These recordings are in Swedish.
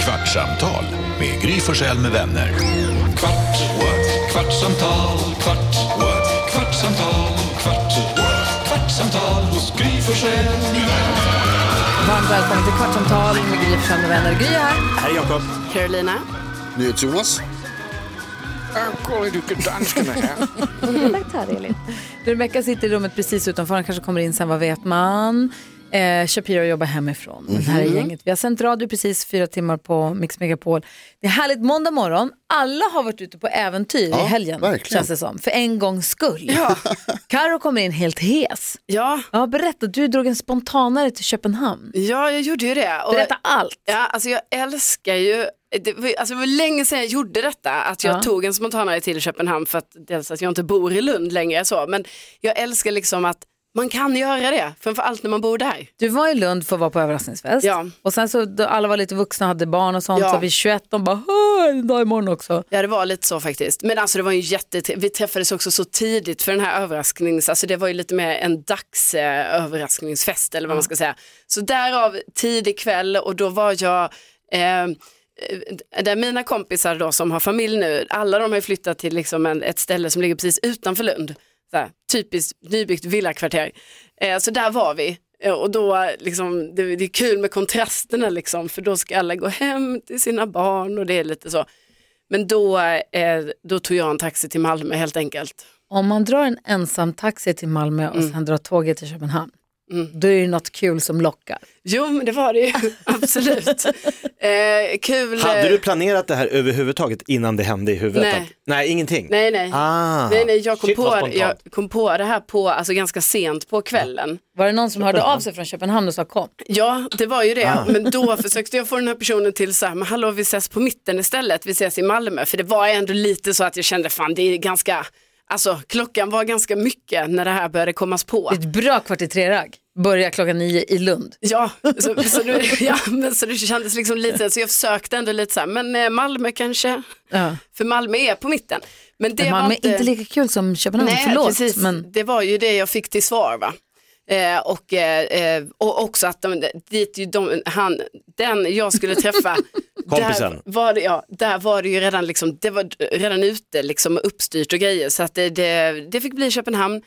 Kvartsamtal med Gry Forssell med vänner. Kvart, what? kvartsamtal, kvart, what? kvartsamtal, kvart, what? kvartsamtal hos Gry Forssell med vänner. Varmt välkommen till Kvartsamtal med Gry Forssell med vänner. Gry är här. Hej Jakob. Carolina. NyhetsJonas. Redaktör Elin. Rebecka sitter i rummet precis utanför. Han kanske kommer in sen, vad vet man? Eh, Shapiro jobbar hemifrån. Det här är gänget. Vi har sänt radio precis fyra timmar på Mix Megapol. Det är härligt måndag morgon. Alla har varit ute på äventyr i Ja, helgen, verkligen. känns det som. För en gångs skull. Ja. Karo kommer in helt hes. Ja, Ja, berätta, du drog en spontanare till Köpenhamn. ja jag gjorde ju det. Och, Berätta allt. ja, alltså jag älskar ju, det var, alltså det var länge sedan jag gjorde detta, att jag Ja. tog en spontanare till Köpenhamn för att dels att jag inte bor i Lund längre så, men jag älskar liksom att man kan göra det, framförallt när man bor där. Du var i Lund för att vara på överraskningsfest. Ja. Och sen så då alla var lite vuxna, hade barn och sånt. Ja. Så vid 21, de bara, "Åh, en dag imorgon också. Ja det var lite så faktiskt. Men alltså det var ju jätte vi träffades också så tidigt för den här överrasknings, alltså det var ju lite mer en dags eh, överraskningsfest eller vad man ska säga. Så därav tidig kväll och då var jag, eh, eh, där mina kompisar då som har familj nu, alla de har ju flyttat till liksom en, ett ställe som ligger precis utanför Lund. Så här, typiskt nybyggt villakvarter. Eh, så där var vi. Eh, Och då liksom, det, det är kul med kontrasterna liksom, för då ska alla gå hem till sina barn och det är lite så. Men då, eh, då tog jag en taxi till Malmö helt enkelt. Om man drar en ensam taxi till Malmö och Mm. sen drar tåget till Köpenhamn, då är det något kul som lockar. Jo, men det var det ju, absolut. Eh, kul. Hade eh, du planerat det här överhuvudtaget innan det hände i huvudet? Nej. Att- Nej, ingenting? Nej, nej. Ah. nej, nej jag, kom Shit, vad på, spontant. jag kom på det här på, alltså, ganska sent på kvällen. Var det någon som hörde av sig från Köpenhamn och sa kom? Ja, det var ju det. Ah. Men då försökte jag få den här personen till så här, men hallå vi ses på mitten istället, vi ses i Malmö. För det var ändå lite så att jag kände, fan det är ganska, alltså klockan var ganska mycket när det här började kommas på. Det är ett bra kvart i tre-ragg, börjar klockan nio i Lund. Ja, så, så, nu, ja men så det kändes liksom lite, så jag försökte ändå lite så här, men eh, Malmö kanske, Ja. för Malmö är på mitten. Men det Men var Malmö inte, är inte lika kul som Köpenhamn, nej, förlåt. precis, Men det var ju det jag fick till svar va. Eh, och, eh, eh, och också att de, dit ju de, han, den jag skulle träffa, Kompisen. Där var, det, ja, där var det ju redan, liksom, det var redan ute liksom, uppstyrt och grejer så att det, det, det fick bli Köpenhamn.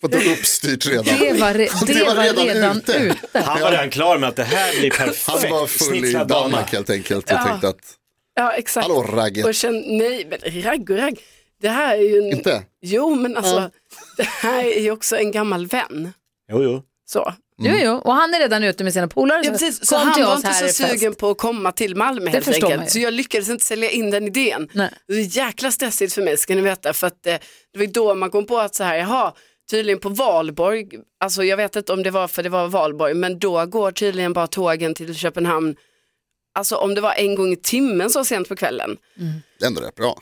Vad du uppstyrt redan. det var, re- det var redan, ute. Han var redan klar med att det här blir perfekt. Han var full i Snitsad bana. Danmark helt enkelt och tänkte att, Ja exakt. hallå ragget. Och sen, nej men ragg och ragg, det här är ju en... Inte? Jo, men alltså, det här är ju också en gammal vän. Jo, jo. Så. Jo, jo, och han är redan ute med sina polare. Ja, så precis. Så kom han till var oss inte här så i fest. sugen på att komma till Malmö helt förstår man ju. enkelt. Så jag lyckades inte sälja in den idén. Nej. Det var jäkla stressigt för mig ska ni veta. För att eh, det var ju då man kom på att så här, jaha, tydligen på valborg, alltså jag vet inte om det var för det var valborg, men då går tydligen bara tågen till Köpenhamn, alltså om det var en gång i timmen så sent på kvällen. Det är ändå rätt bra.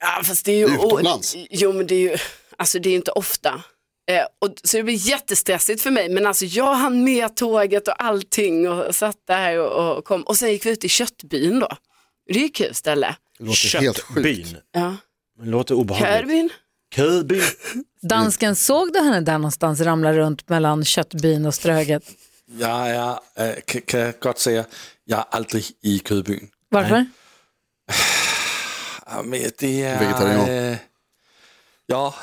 Ja fast det är ju... Utomlands. Jo men det är ju, alltså det är ju inte ofta. Eh, och, så det blir jättestressigt för mig men alltså jag hann med tåget och allting och satt där och, och kom. Och sen gick vi ut i Köttbyn då. Det är ju kul ställe. Det låter helt sjukt. Köttbyn. Ja. Men låter obehagligt. Körbyn? Körbyn. Mm. Dansken, såg du henne där någonstans ramla runt mellan köttbyn og strøget? Jeg er, øh, kan, kan jeg godt sige, jeg er aldrig i Kødbyen. Varför? Ah, Men det er... Vegetarianer. øh, ja,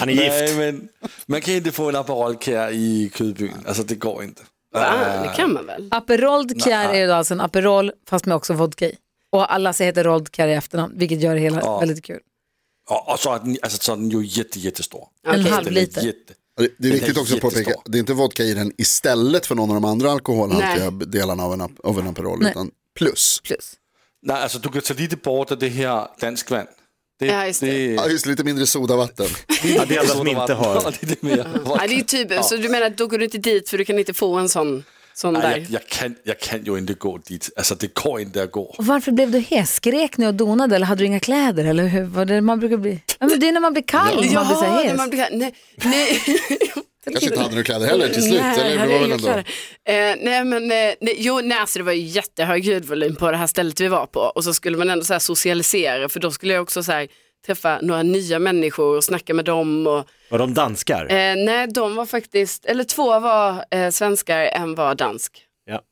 Han är nej, gift. men man kan ikke få en aperolkær i Kødbyen. Altså, det går ikke. Ja, det kan man väl. Aperol Kjær är ju då alltså en Aperol fast med också vodka i. Och alla så heter Rold Kjær i efternamn, vilket gör det hela väldigt kul. Og, og så, er den, altså, så er den jo jätte, jättestor. En halv Den er liter. Jätte. Och Det, det är Den viktigt är också att påpeka, jättestor. det är inte vodka i den istället för någon av de andra alkoholhaltiga delarna av en, ap- av en Aperol, Nej. utan plus. Plus. Nej, altså, du kan tage lidt bort af det her dansk vand. Det, Ja, just det. det, Ja, just lite mindre sodavatten. Ja, det är alla som inte har. Og det er mere. Ja, det är ju typ, så du menar att då går du inte dit för du kan inte få en sån, sån Ej, där? jeg, jeg, kan, jeg kan jo ikke gå dit. Altså, det går ikke at gå. Och varför blev du hes? Skrek ni och donade eller hade du inga kläder? Eller hur var det man brukar bli? Ja, men det är när man blir kall som man blir så här Jaha, hes. när man blir kär. Nej, nej. Kanske inte hade några kläder heller till slut. Nej, eller hade det var jag väl inga ändå. kläder. Eh, nej, men eh, nej, jo, nej, alltså det var ju jättehög ljudvolym på det här stället vi var på och så skulle man ändå så här socialisera för då skulle jag också så här träffa några nya människor och snacka med dem. Och, Var de danskar? eh, nej, de eh, var faktiskt, eller två var eh, svenskar, en var dansk. Ja. Och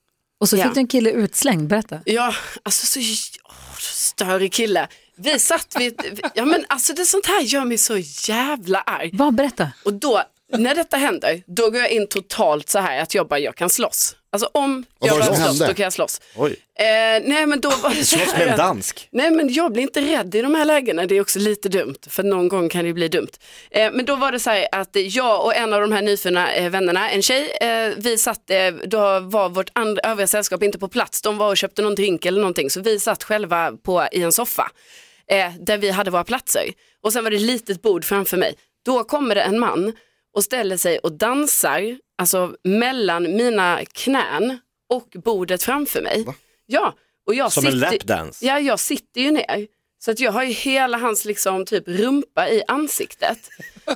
Och så Ja. fick du en kille utslängd, berätta. Ja, alltså så åh, större kille. Vi satt vid, ja men alltså det sånt här gör mig så jävla arg. Vad berätta? Och då, när detta händer, då går jag in totalt så här att jag bara, jag kan slåss. Alltså om Vad jag var bara det som slåss, hände? då kan jag slåss. Oj. Eh, nej men då var det så Slåss här med en att- dansk. Nej men jag blir inte rädd i de här lägena, det är också lite dumt, för någon gång kan det ju bli dumt. Eh, men då var det så här att jag och en av de här nyfunna eh, vännerna, en tjej, eh, vi satt, eh, då var vårt andra, övriga sällskap inte på plats, de var och köpte någon drink eller någonting, så vi satt själva på, i en soffa eh, där vi hade våra platser. Och sen var det ett litet bord framför mig. Då kommer det en man och ställer sig och dansar, alltså mellan mina knän och bordet framför mig. Ja, och jag Som en sitter, lapdance. Ja, jag sitter ju ner. Så att jag har ju hela hans liksom typ rumpa i ansiktet.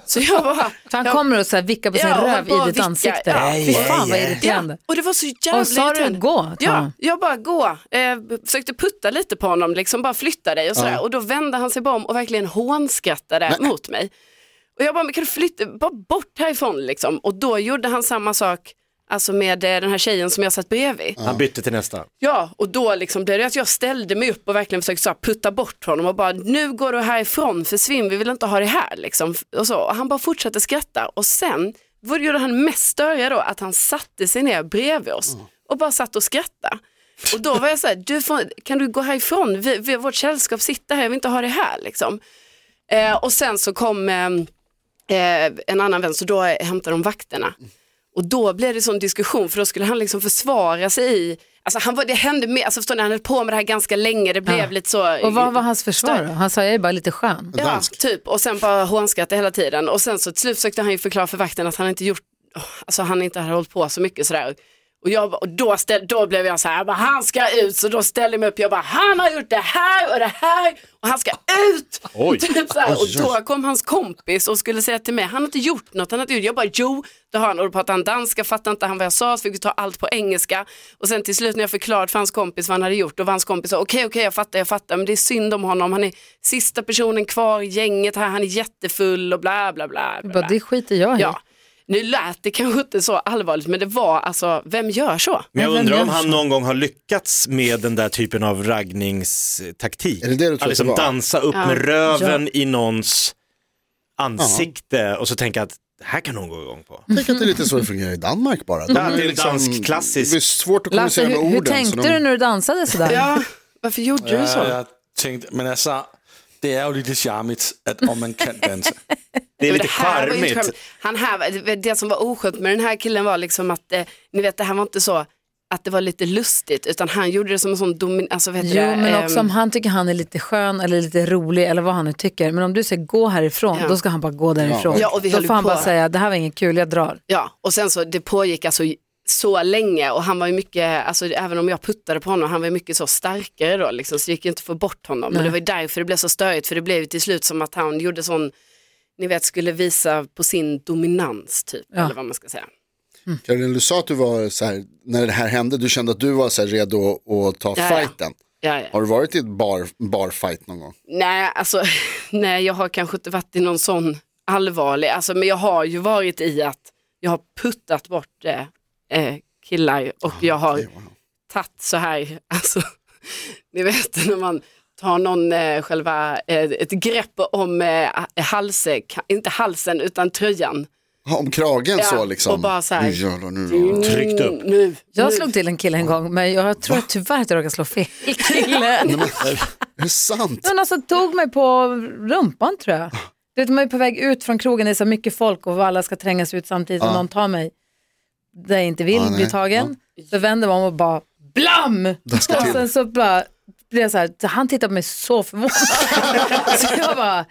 Så jag bara... För han jag, kommer och så här vickar på sin Ja, och röv bara i ditt vickar. ansikte. Ja. Fy fan vad irriterande. Ja, och det var så jävla Och sa du irriterande. gå till Ja, honom? jag bara gå. Eh, försökte putta lite på honom, liksom bara flytta dig och sådär. Och då vände han sig bara om och verkligen hånskrattade mot mig. Och jag bara, men kan du flytta, bara bort härifrån liksom. Och då gjorde han samma sak, alltså med eh, den här tjejen som jag satt bredvid. Ah. Han bytte till nästa. Ja, och då liksom, det är att jag ställde mig upp och verkligen försökte så här, putta bort honom och bara nu går du härifrån, försvinn, vi vill inte ha dig här. Liksom. Och, så. och han bara fortsatte skratta och sen vad gjorde han mest störiga då att han satte sig ner bredvid oss och bara satt och skrattade. Och då var jag så här, du får, kan du gå härifrån, vi, vi, vårt sällskap sitter här, jag vill inte ha dig här. Liksom. Eh, och sen så kom ehm, eh, en annan vän, så då eh, hämtade de vakterna. Och då blev det sån diskussion, för då skulle han liksom försvara sig i, alltså han var, det hände med, alltså förstår ni, han höll på med det här ganska länge, det blev Ja. lite så. eh, Och vad var hans försvar då? Han sa jag är bara lite skön. Ja, Dansk. typ. Och sen bara hånskrattade hela tiden. Och sen så till slut försökte han ju förklara för vakten att han inte gjort, åh, alltså han inte hade hållit på så mycket sådär. Och, jag, bara- och då, ställ, då blev jag så här, jag bara, han ska ut, så då ställde jag mig upp, jag bara, han har gjort det här och det här och han ska ut. Typ så här. Och då kom hans kompis och skulle säga till mig, han har inte gjort något, han har inte gjort. jag bara jo, det har han. Och då pratade han danska, fattade inte han vad jag sa, så fick vi ta allt på engelska. Och sen till slut när jag förklarat för hans kompis vad han hade gjort, då var hans kompis så, okej okej jag fattar, jag fattar, men det är synd om honom, han är sista personen kvar i gänget här, han är jättefull och bla bla bla. bla, Bara, bla. det skiter jag i. Ja. Nu lät det kanske inte så allvarligt, men det var alltså, vem gör så? Men Men jag vem undrar gör om så? han någon gång har lyckats med den där typen av raggningstaktik. Är det det du tror att liksom det var? dansa upp med röven i någons ansikte och så tänka att det här kan någon gå igång på. Tänk att det är lite så det fungerar i Danmark bara. liksom- det är dansk klassiskt. Det är svårt att Lasse, kommunicera med hur, orden. hur så tänkte de- du när du dansade sådär? Ja, varför gjorde du Ja, så? Eh, jag tänkte, men alltså, det är ju lite charmigt att om man kan dansa. Det är Men lite här var ju inte charmigt. charmigt. Han här, det- det som var oskönt med den här killen var liksom att, eh, ni vet det här var inte så att det var lite lustigt, utan han gjorde det som en sån domin... Alltså, vad heter Jo, det? men också Ehm, om han tycker han är lite skön eller lite rolig eller vad han nu tycker. Men om du säger gå härifrån, Ja. då ska han bara gå därifrån. Ja, och vi då höll ju får han på. bara säga, det här var inget kul, jag drar. Ja, och sen så det pågick alltså så länge och han var ju mycket, alltså även om jag puttade på honom, han var ju mycket så starkare då liksom, så det gick ju inte att få bort honom. Men det var ju därför det blev så störigt, för det blev ju till slut som att han gjorde sån, ni vet, skulle visa på sin dominans typ, eller vad man ska säga. Caroline, du sa att du var så här, när det här hände, du kände att du var så här redo att ta Ja, ja. fighten. Ja, ja. Har du varit i ett bar, barfight någon gång? Nej, alltså, nej, jag har kanske inte varit i någon sån allvarlig, alltså, men jag har ju varit i att jag har puttat bort eh, eh, killar och jag har tagit så här, alltså, ni vet när man tar någon eh, själva, eh, ett grepp om eh, halsen, inte halsen utan tröjan. Ja, Om kragen Ja, så liksom. och bara så här. Nu jävlar, nu. Tryckt upp. Mm, Nu, Jag nu. slog till en kille en gång, men jag tror tyvärr att jag råkade slå fel kille. Är det sant? Men alltså tog mig på rumpan tror jag. Du vet, man är på väg ut från krogen, det är så mycket folk och alla ska trängas ut samtidigt och någon tar mig där jag inte vill Ja, nej. bli tagen. Så vänder man och bara blam! Och sen så bara blev jag så här, så han tittar på mig så förvånad. så jag bara,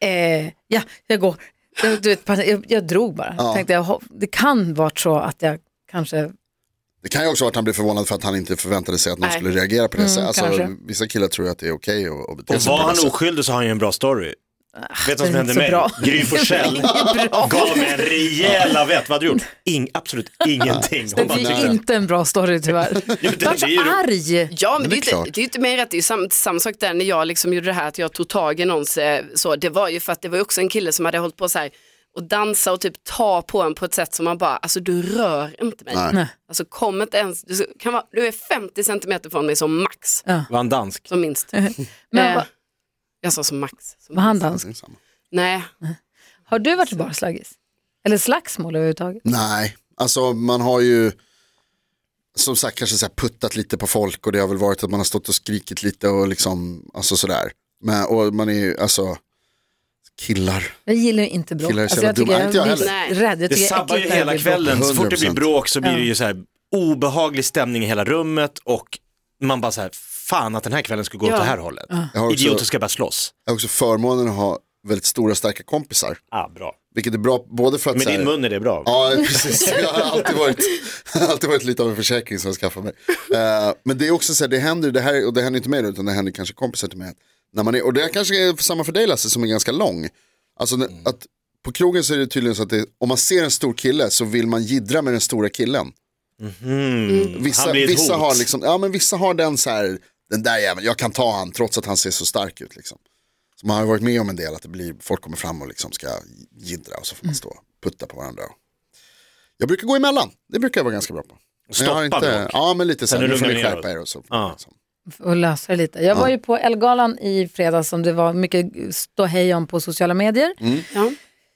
eh, ja, jag går. Du, du vet, jag, jag drog bara. Ja. Tänkte jag, ho- det kan vara så att jag kanske Det kan ju också vara att han blev förvånad för att han inte förväntade sig att någon Nej. Mm, skulle reagera på det sättet. Alltså, kanske. vissa killar tror ju att det är okej att- att bete Och sig på var det han sättet. oskyldig så har han ju en bra story. Vet du vad som det Ah, är hände inte mig? så bra. Gry Forssell gav mig en rejäl lavett. Vad hade du gjort? Ing, absolut ingenting. Hon Det bara, blir "Nej." inte en bra story tyvärr. Ja, men det- Jag var så det är ju- arg. Ja, men det är, det är inte, det är inte mer rätt. Det är ju sam, samma sak där när jag liksom gjorde det här att jag tog tag i någons, eh, så, det var ju för att det var ju också en kille som hade hållit på så här, och dansa och typ ta på en på ett sätt som man bara, alltså du rör inte mig. Nej. Alltså kom inte ens, du, kan vara, du är 50 centimeter från mig som max, Var han dansk? som minst. Men Men, va- eh, jag sa som max. Som Var han minst. dansk? Nej, Har du varit i barslagis? Eller slagsmål överhuvudtaget? Nej, alltså man har ju som sagt kanske så här puttat lite på folk och det har väl varit att man har stått och skrikit lite och liksom, alltså sådär. Men, och man är ju, alltså, killar. Jag gillar ju inte bråk. Killar är så jag jävla tycker dumma. jag Inte jag heller. blir rädd. Jag Det tycker jag är sabbar ju äckligt när det hela blir bråk. kvällen. Så fort det blir 100%. bråk så blir det ju så här obehaglig stämning i hela rummet och man bara så här, fan att den här kvällen skulle gå åt det här hållet. Jag har, också, Idioter ska bara slåss. jag har också förmånen att ha väldigt stora starka kompisar. Ah, bra. Vilket är bra både för att Med så här, din mun är det bra. Ja, precis. Jag har alltid varit, alltid varit lite av en försäkring som jag skaffade mig. Eh, men det är också så här, det händer, det här, och det händer inte mig då, utan det händer kanske kompisar till mig. att När man är, och det här kanske är samma för dig Lasse som är ganska lång. Alltså Mm. när- att på krogen så är det tydligen så att det, om man ser en stor kille så vill man jiddra med den stora killen. Vissa, Mm-hmm. Han blir ett vissa, hot. har liksom, ja, men vissa har den så här, den där jäveln, jag kan ta han trots att han ser så stark ut. Liksom. Så man har ju varit med om en del att det blir, folk kommer fram och liksom ska jiddra och så Mm. får man stå och putta på varandra. Jag brukar gå emellan, det brukar jag vara ganska bra på. Men jag har Stoppa bråk. Ja men lite så här, Sen nu får lugnar ni ni er skärpa då. er och så. Ja. Liksom. och lösa det lite. Jag var ju på Elgalan i fredags som det var mycket ståhej om på sociala medier. Mm. Ja.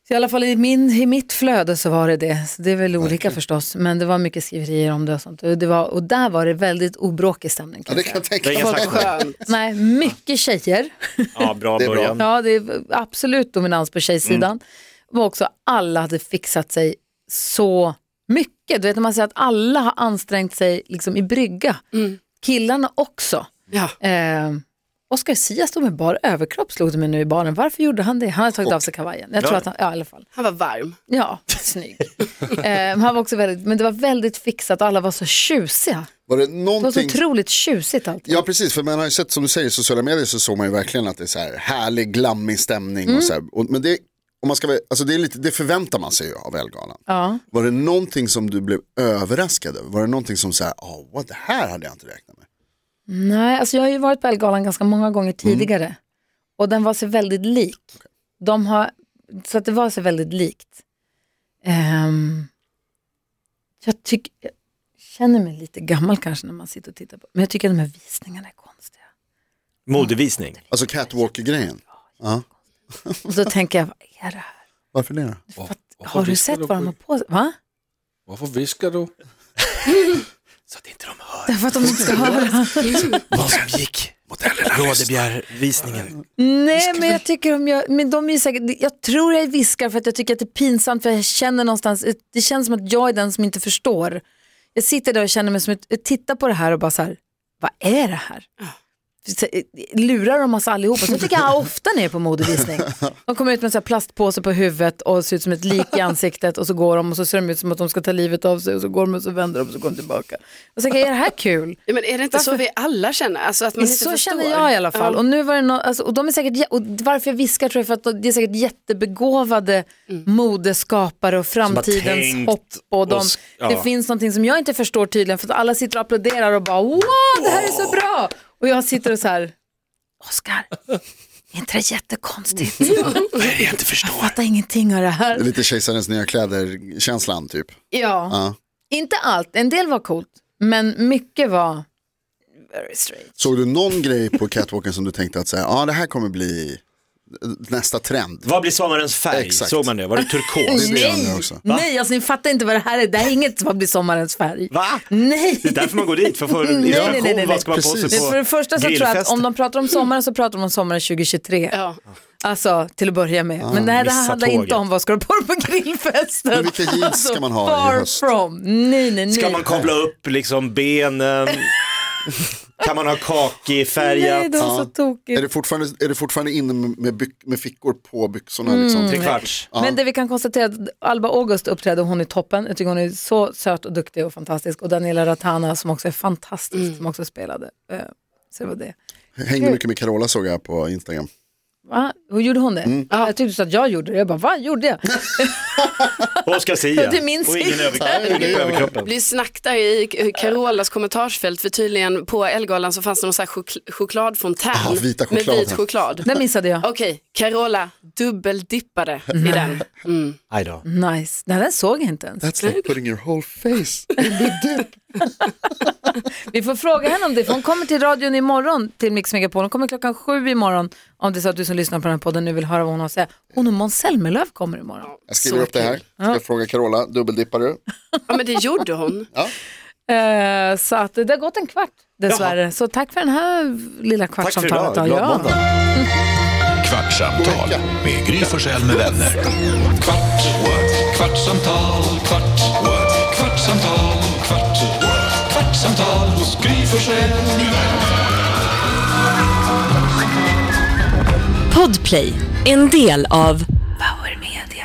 Så I alla fall i, min, i mitt flöde så var det det. Så det är väl olika förstås, men det var mycket skriverier om det och sånt. Och, det var, och där var det väldigt obråkig stämning. Ja, Kan det jag kan säga. jag tänka Det är mig. inga vad skönt. Nej, mycket tjejer. Ja, bra Det är bra. början. Ja, det är absolut dominans på tjejsidan. Och också alla hade fixat sig så mycket. Du vet när man säger att alla har ansträngt sig liksom i brygga. Killarna också. Ja. Eh, Oscar Sia stod med bar överkropp slog det mig nu i baren. Varför gjorde han det? Han hade tagit av sig kavajen. Jag tror att han, ja i alla fall. Han var varm. Ja, snygg. eh, men han var också väldigt, men det var väldigt fixat och alla var så tjusiga. Var det Det var så någonting otroligt tjusigt allt. Ja precis, för man har ju sett som du säger i sociala medier så såg man ju verkligen att det är så här härlig, glammig stämning. Mm. Och så här. Och, men det, om man ska, vara- alltså det, är lite, det förväntar man sig ju av Elgalan. Ja. Var det någonting som du blev överraskad över? Var det någonting som så här, oh, what, det här hade jag inte räknat med? Nej, alltså jag har ju varit på Elgalan ganska många gånger tidigare. Och den var sig väldigt lik. De har, så att det var sig väldigt likt. Ehm, jag, tyck, jag känner mig lite gammal kanske när man sitter och tittar på. Men jag tycker att de här visningarna är konstiga. Modevisning. Alltså catwalk-grejen. Ja. Och då tänker jag, vad är det här? Varför det då? Var, varför Har du viskar sett vad de har på sig? Va? Varför viskar du? Så att inte de hör Därför att de inte ska höra. vad som gick mot Rådebjärvisningen. Nej, men jag tycker de gör, men de är ju säkert, jag tror jag viskar för att jag tycker att det är pinsamt för jag känner någonstans, det känns som att jag är den som inte förstår. Jag sitter där och känner mig som, ett- jag tittar på det här och bara så här, vad är det här? Så, eh, Lurar de oss allihopa? Så tycker jag ofta när jag är på modevisning. De kommer ut med en sån här plastpåse på huvudet och ser ut som ett lik i ansiktet och så går de och så ser de ut som att de ska ta livet av sig och så går de och så vänder de och så går de tillbaka. Och så tänker jag, är det här kul? Ja, men är det inte så vi alla känner? Alltså att man inte så förstår. känner jag i alla fall. Ja. Och, nu var det nå- alltså, och de är säkert, jä- och varför jag viskar tror jag för att de- det är säkert jättebegåvade modeskapare och framtidens tänkt hopp. Och de, och sk- ja. Det finns någonting som jag inte förstår tydligen för att alla sitter och applåderar och bara wow det här är så bra. Och jag sitter och så här, Oscar, är inte det jättekonstigt? Vad är det jag inte förstår? Jag fattar ingenting av det här. Lite kejsarens nya kläder-känslan typ. Ja. Ja. Inte allt, en del var coolt men mycket var very straight. Såg du någon grej på catwalken som du tänkte att så här, ah, det här kommer bli nästa trend? Vad blir sommarens färg? Exakt. Såg man det? Var det turkos? är det jag Nej, undrar också. Va? nej alltså, ni fattar inte vad det här är. Det här är inget som blir sommarens färg. Va? Nej. Det är därför man går dit, för att få Nej, en nej, nej, nej, inspiration. nej. Vad ska man på sig Precis. på För det första så tror jag att grillfesten? om de pratar om sommaren så pratar de om sommaren 2023. Ja. Alltså till att börja med. Men nej, det här Missa handlar inte tåget. om vad ska du på dig på grillfesten. Alltså, Men vilka jeans ska man ha i far höst? from. Nej, nej, nej. Ska man kavla upp liksom benen? kan man ha Nej, kakifärgat? det var så Är tokigt. det fortfarande, är det fortfarande inne med, byck, med fickor på byxorna? Liksom? Trekvarts. Men det vi kan konstatera är att Alba August uppträder och hon är toppen. Jag tycker hon är så söt och duktig och fantastisk. Och Daniela Ratana som också är fantastisk, Mm. som också spelade. Eh, Så det var det. Hängde mycket med Carola såg jag på Instagram. Mm. Va? Hur gjorde hon det? Jag tyckte så att jag gjorde det. Jag bara, vad gjorde jag? Oscar Sia. Du minns och ingen inte. överkropp. Nej, det Ingen på gör- Det överkroppen. blir snack där i Carolas kommentarsfält för tydligen på Elgalan så fanns det någon sån här chok- chokladfontän Ah, vita med chokladen. vit choklad. Den missade jag. Okej, Carola dubbeldippade i den. Mm. Aj då. Nice. Nej, den såg jag inte ens. That's like putting your whole face in the dip. Vi får fråga henne om det, för hon kommer till radion imorgon till Mix Megapol. Hon kommer klockan sju imorgon om det är så att du som lyssnar på den här podden nu vill höra vad hon har att säga. Hon och Måns Zelmerlöw kommer imorgon. Jag skriver Så upp det här. kul. Ska jag fråga Carola, dubbeldippar du? Ja men det gjorde hon. Eh, så att det har gått en kvart dessvärre. Så tack för den här lilla Tack för idag, kvartssamtalet. glad Ja. måndag. Kvartsamtal med Gry Forssell med vänner. Kvart, what? kvartsamtal, kvart, what? kvartsamtal, kvart, what? kvartsamtal hos Gry Forssell med vänner. Podplay, en del av Power Media.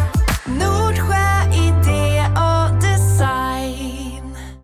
No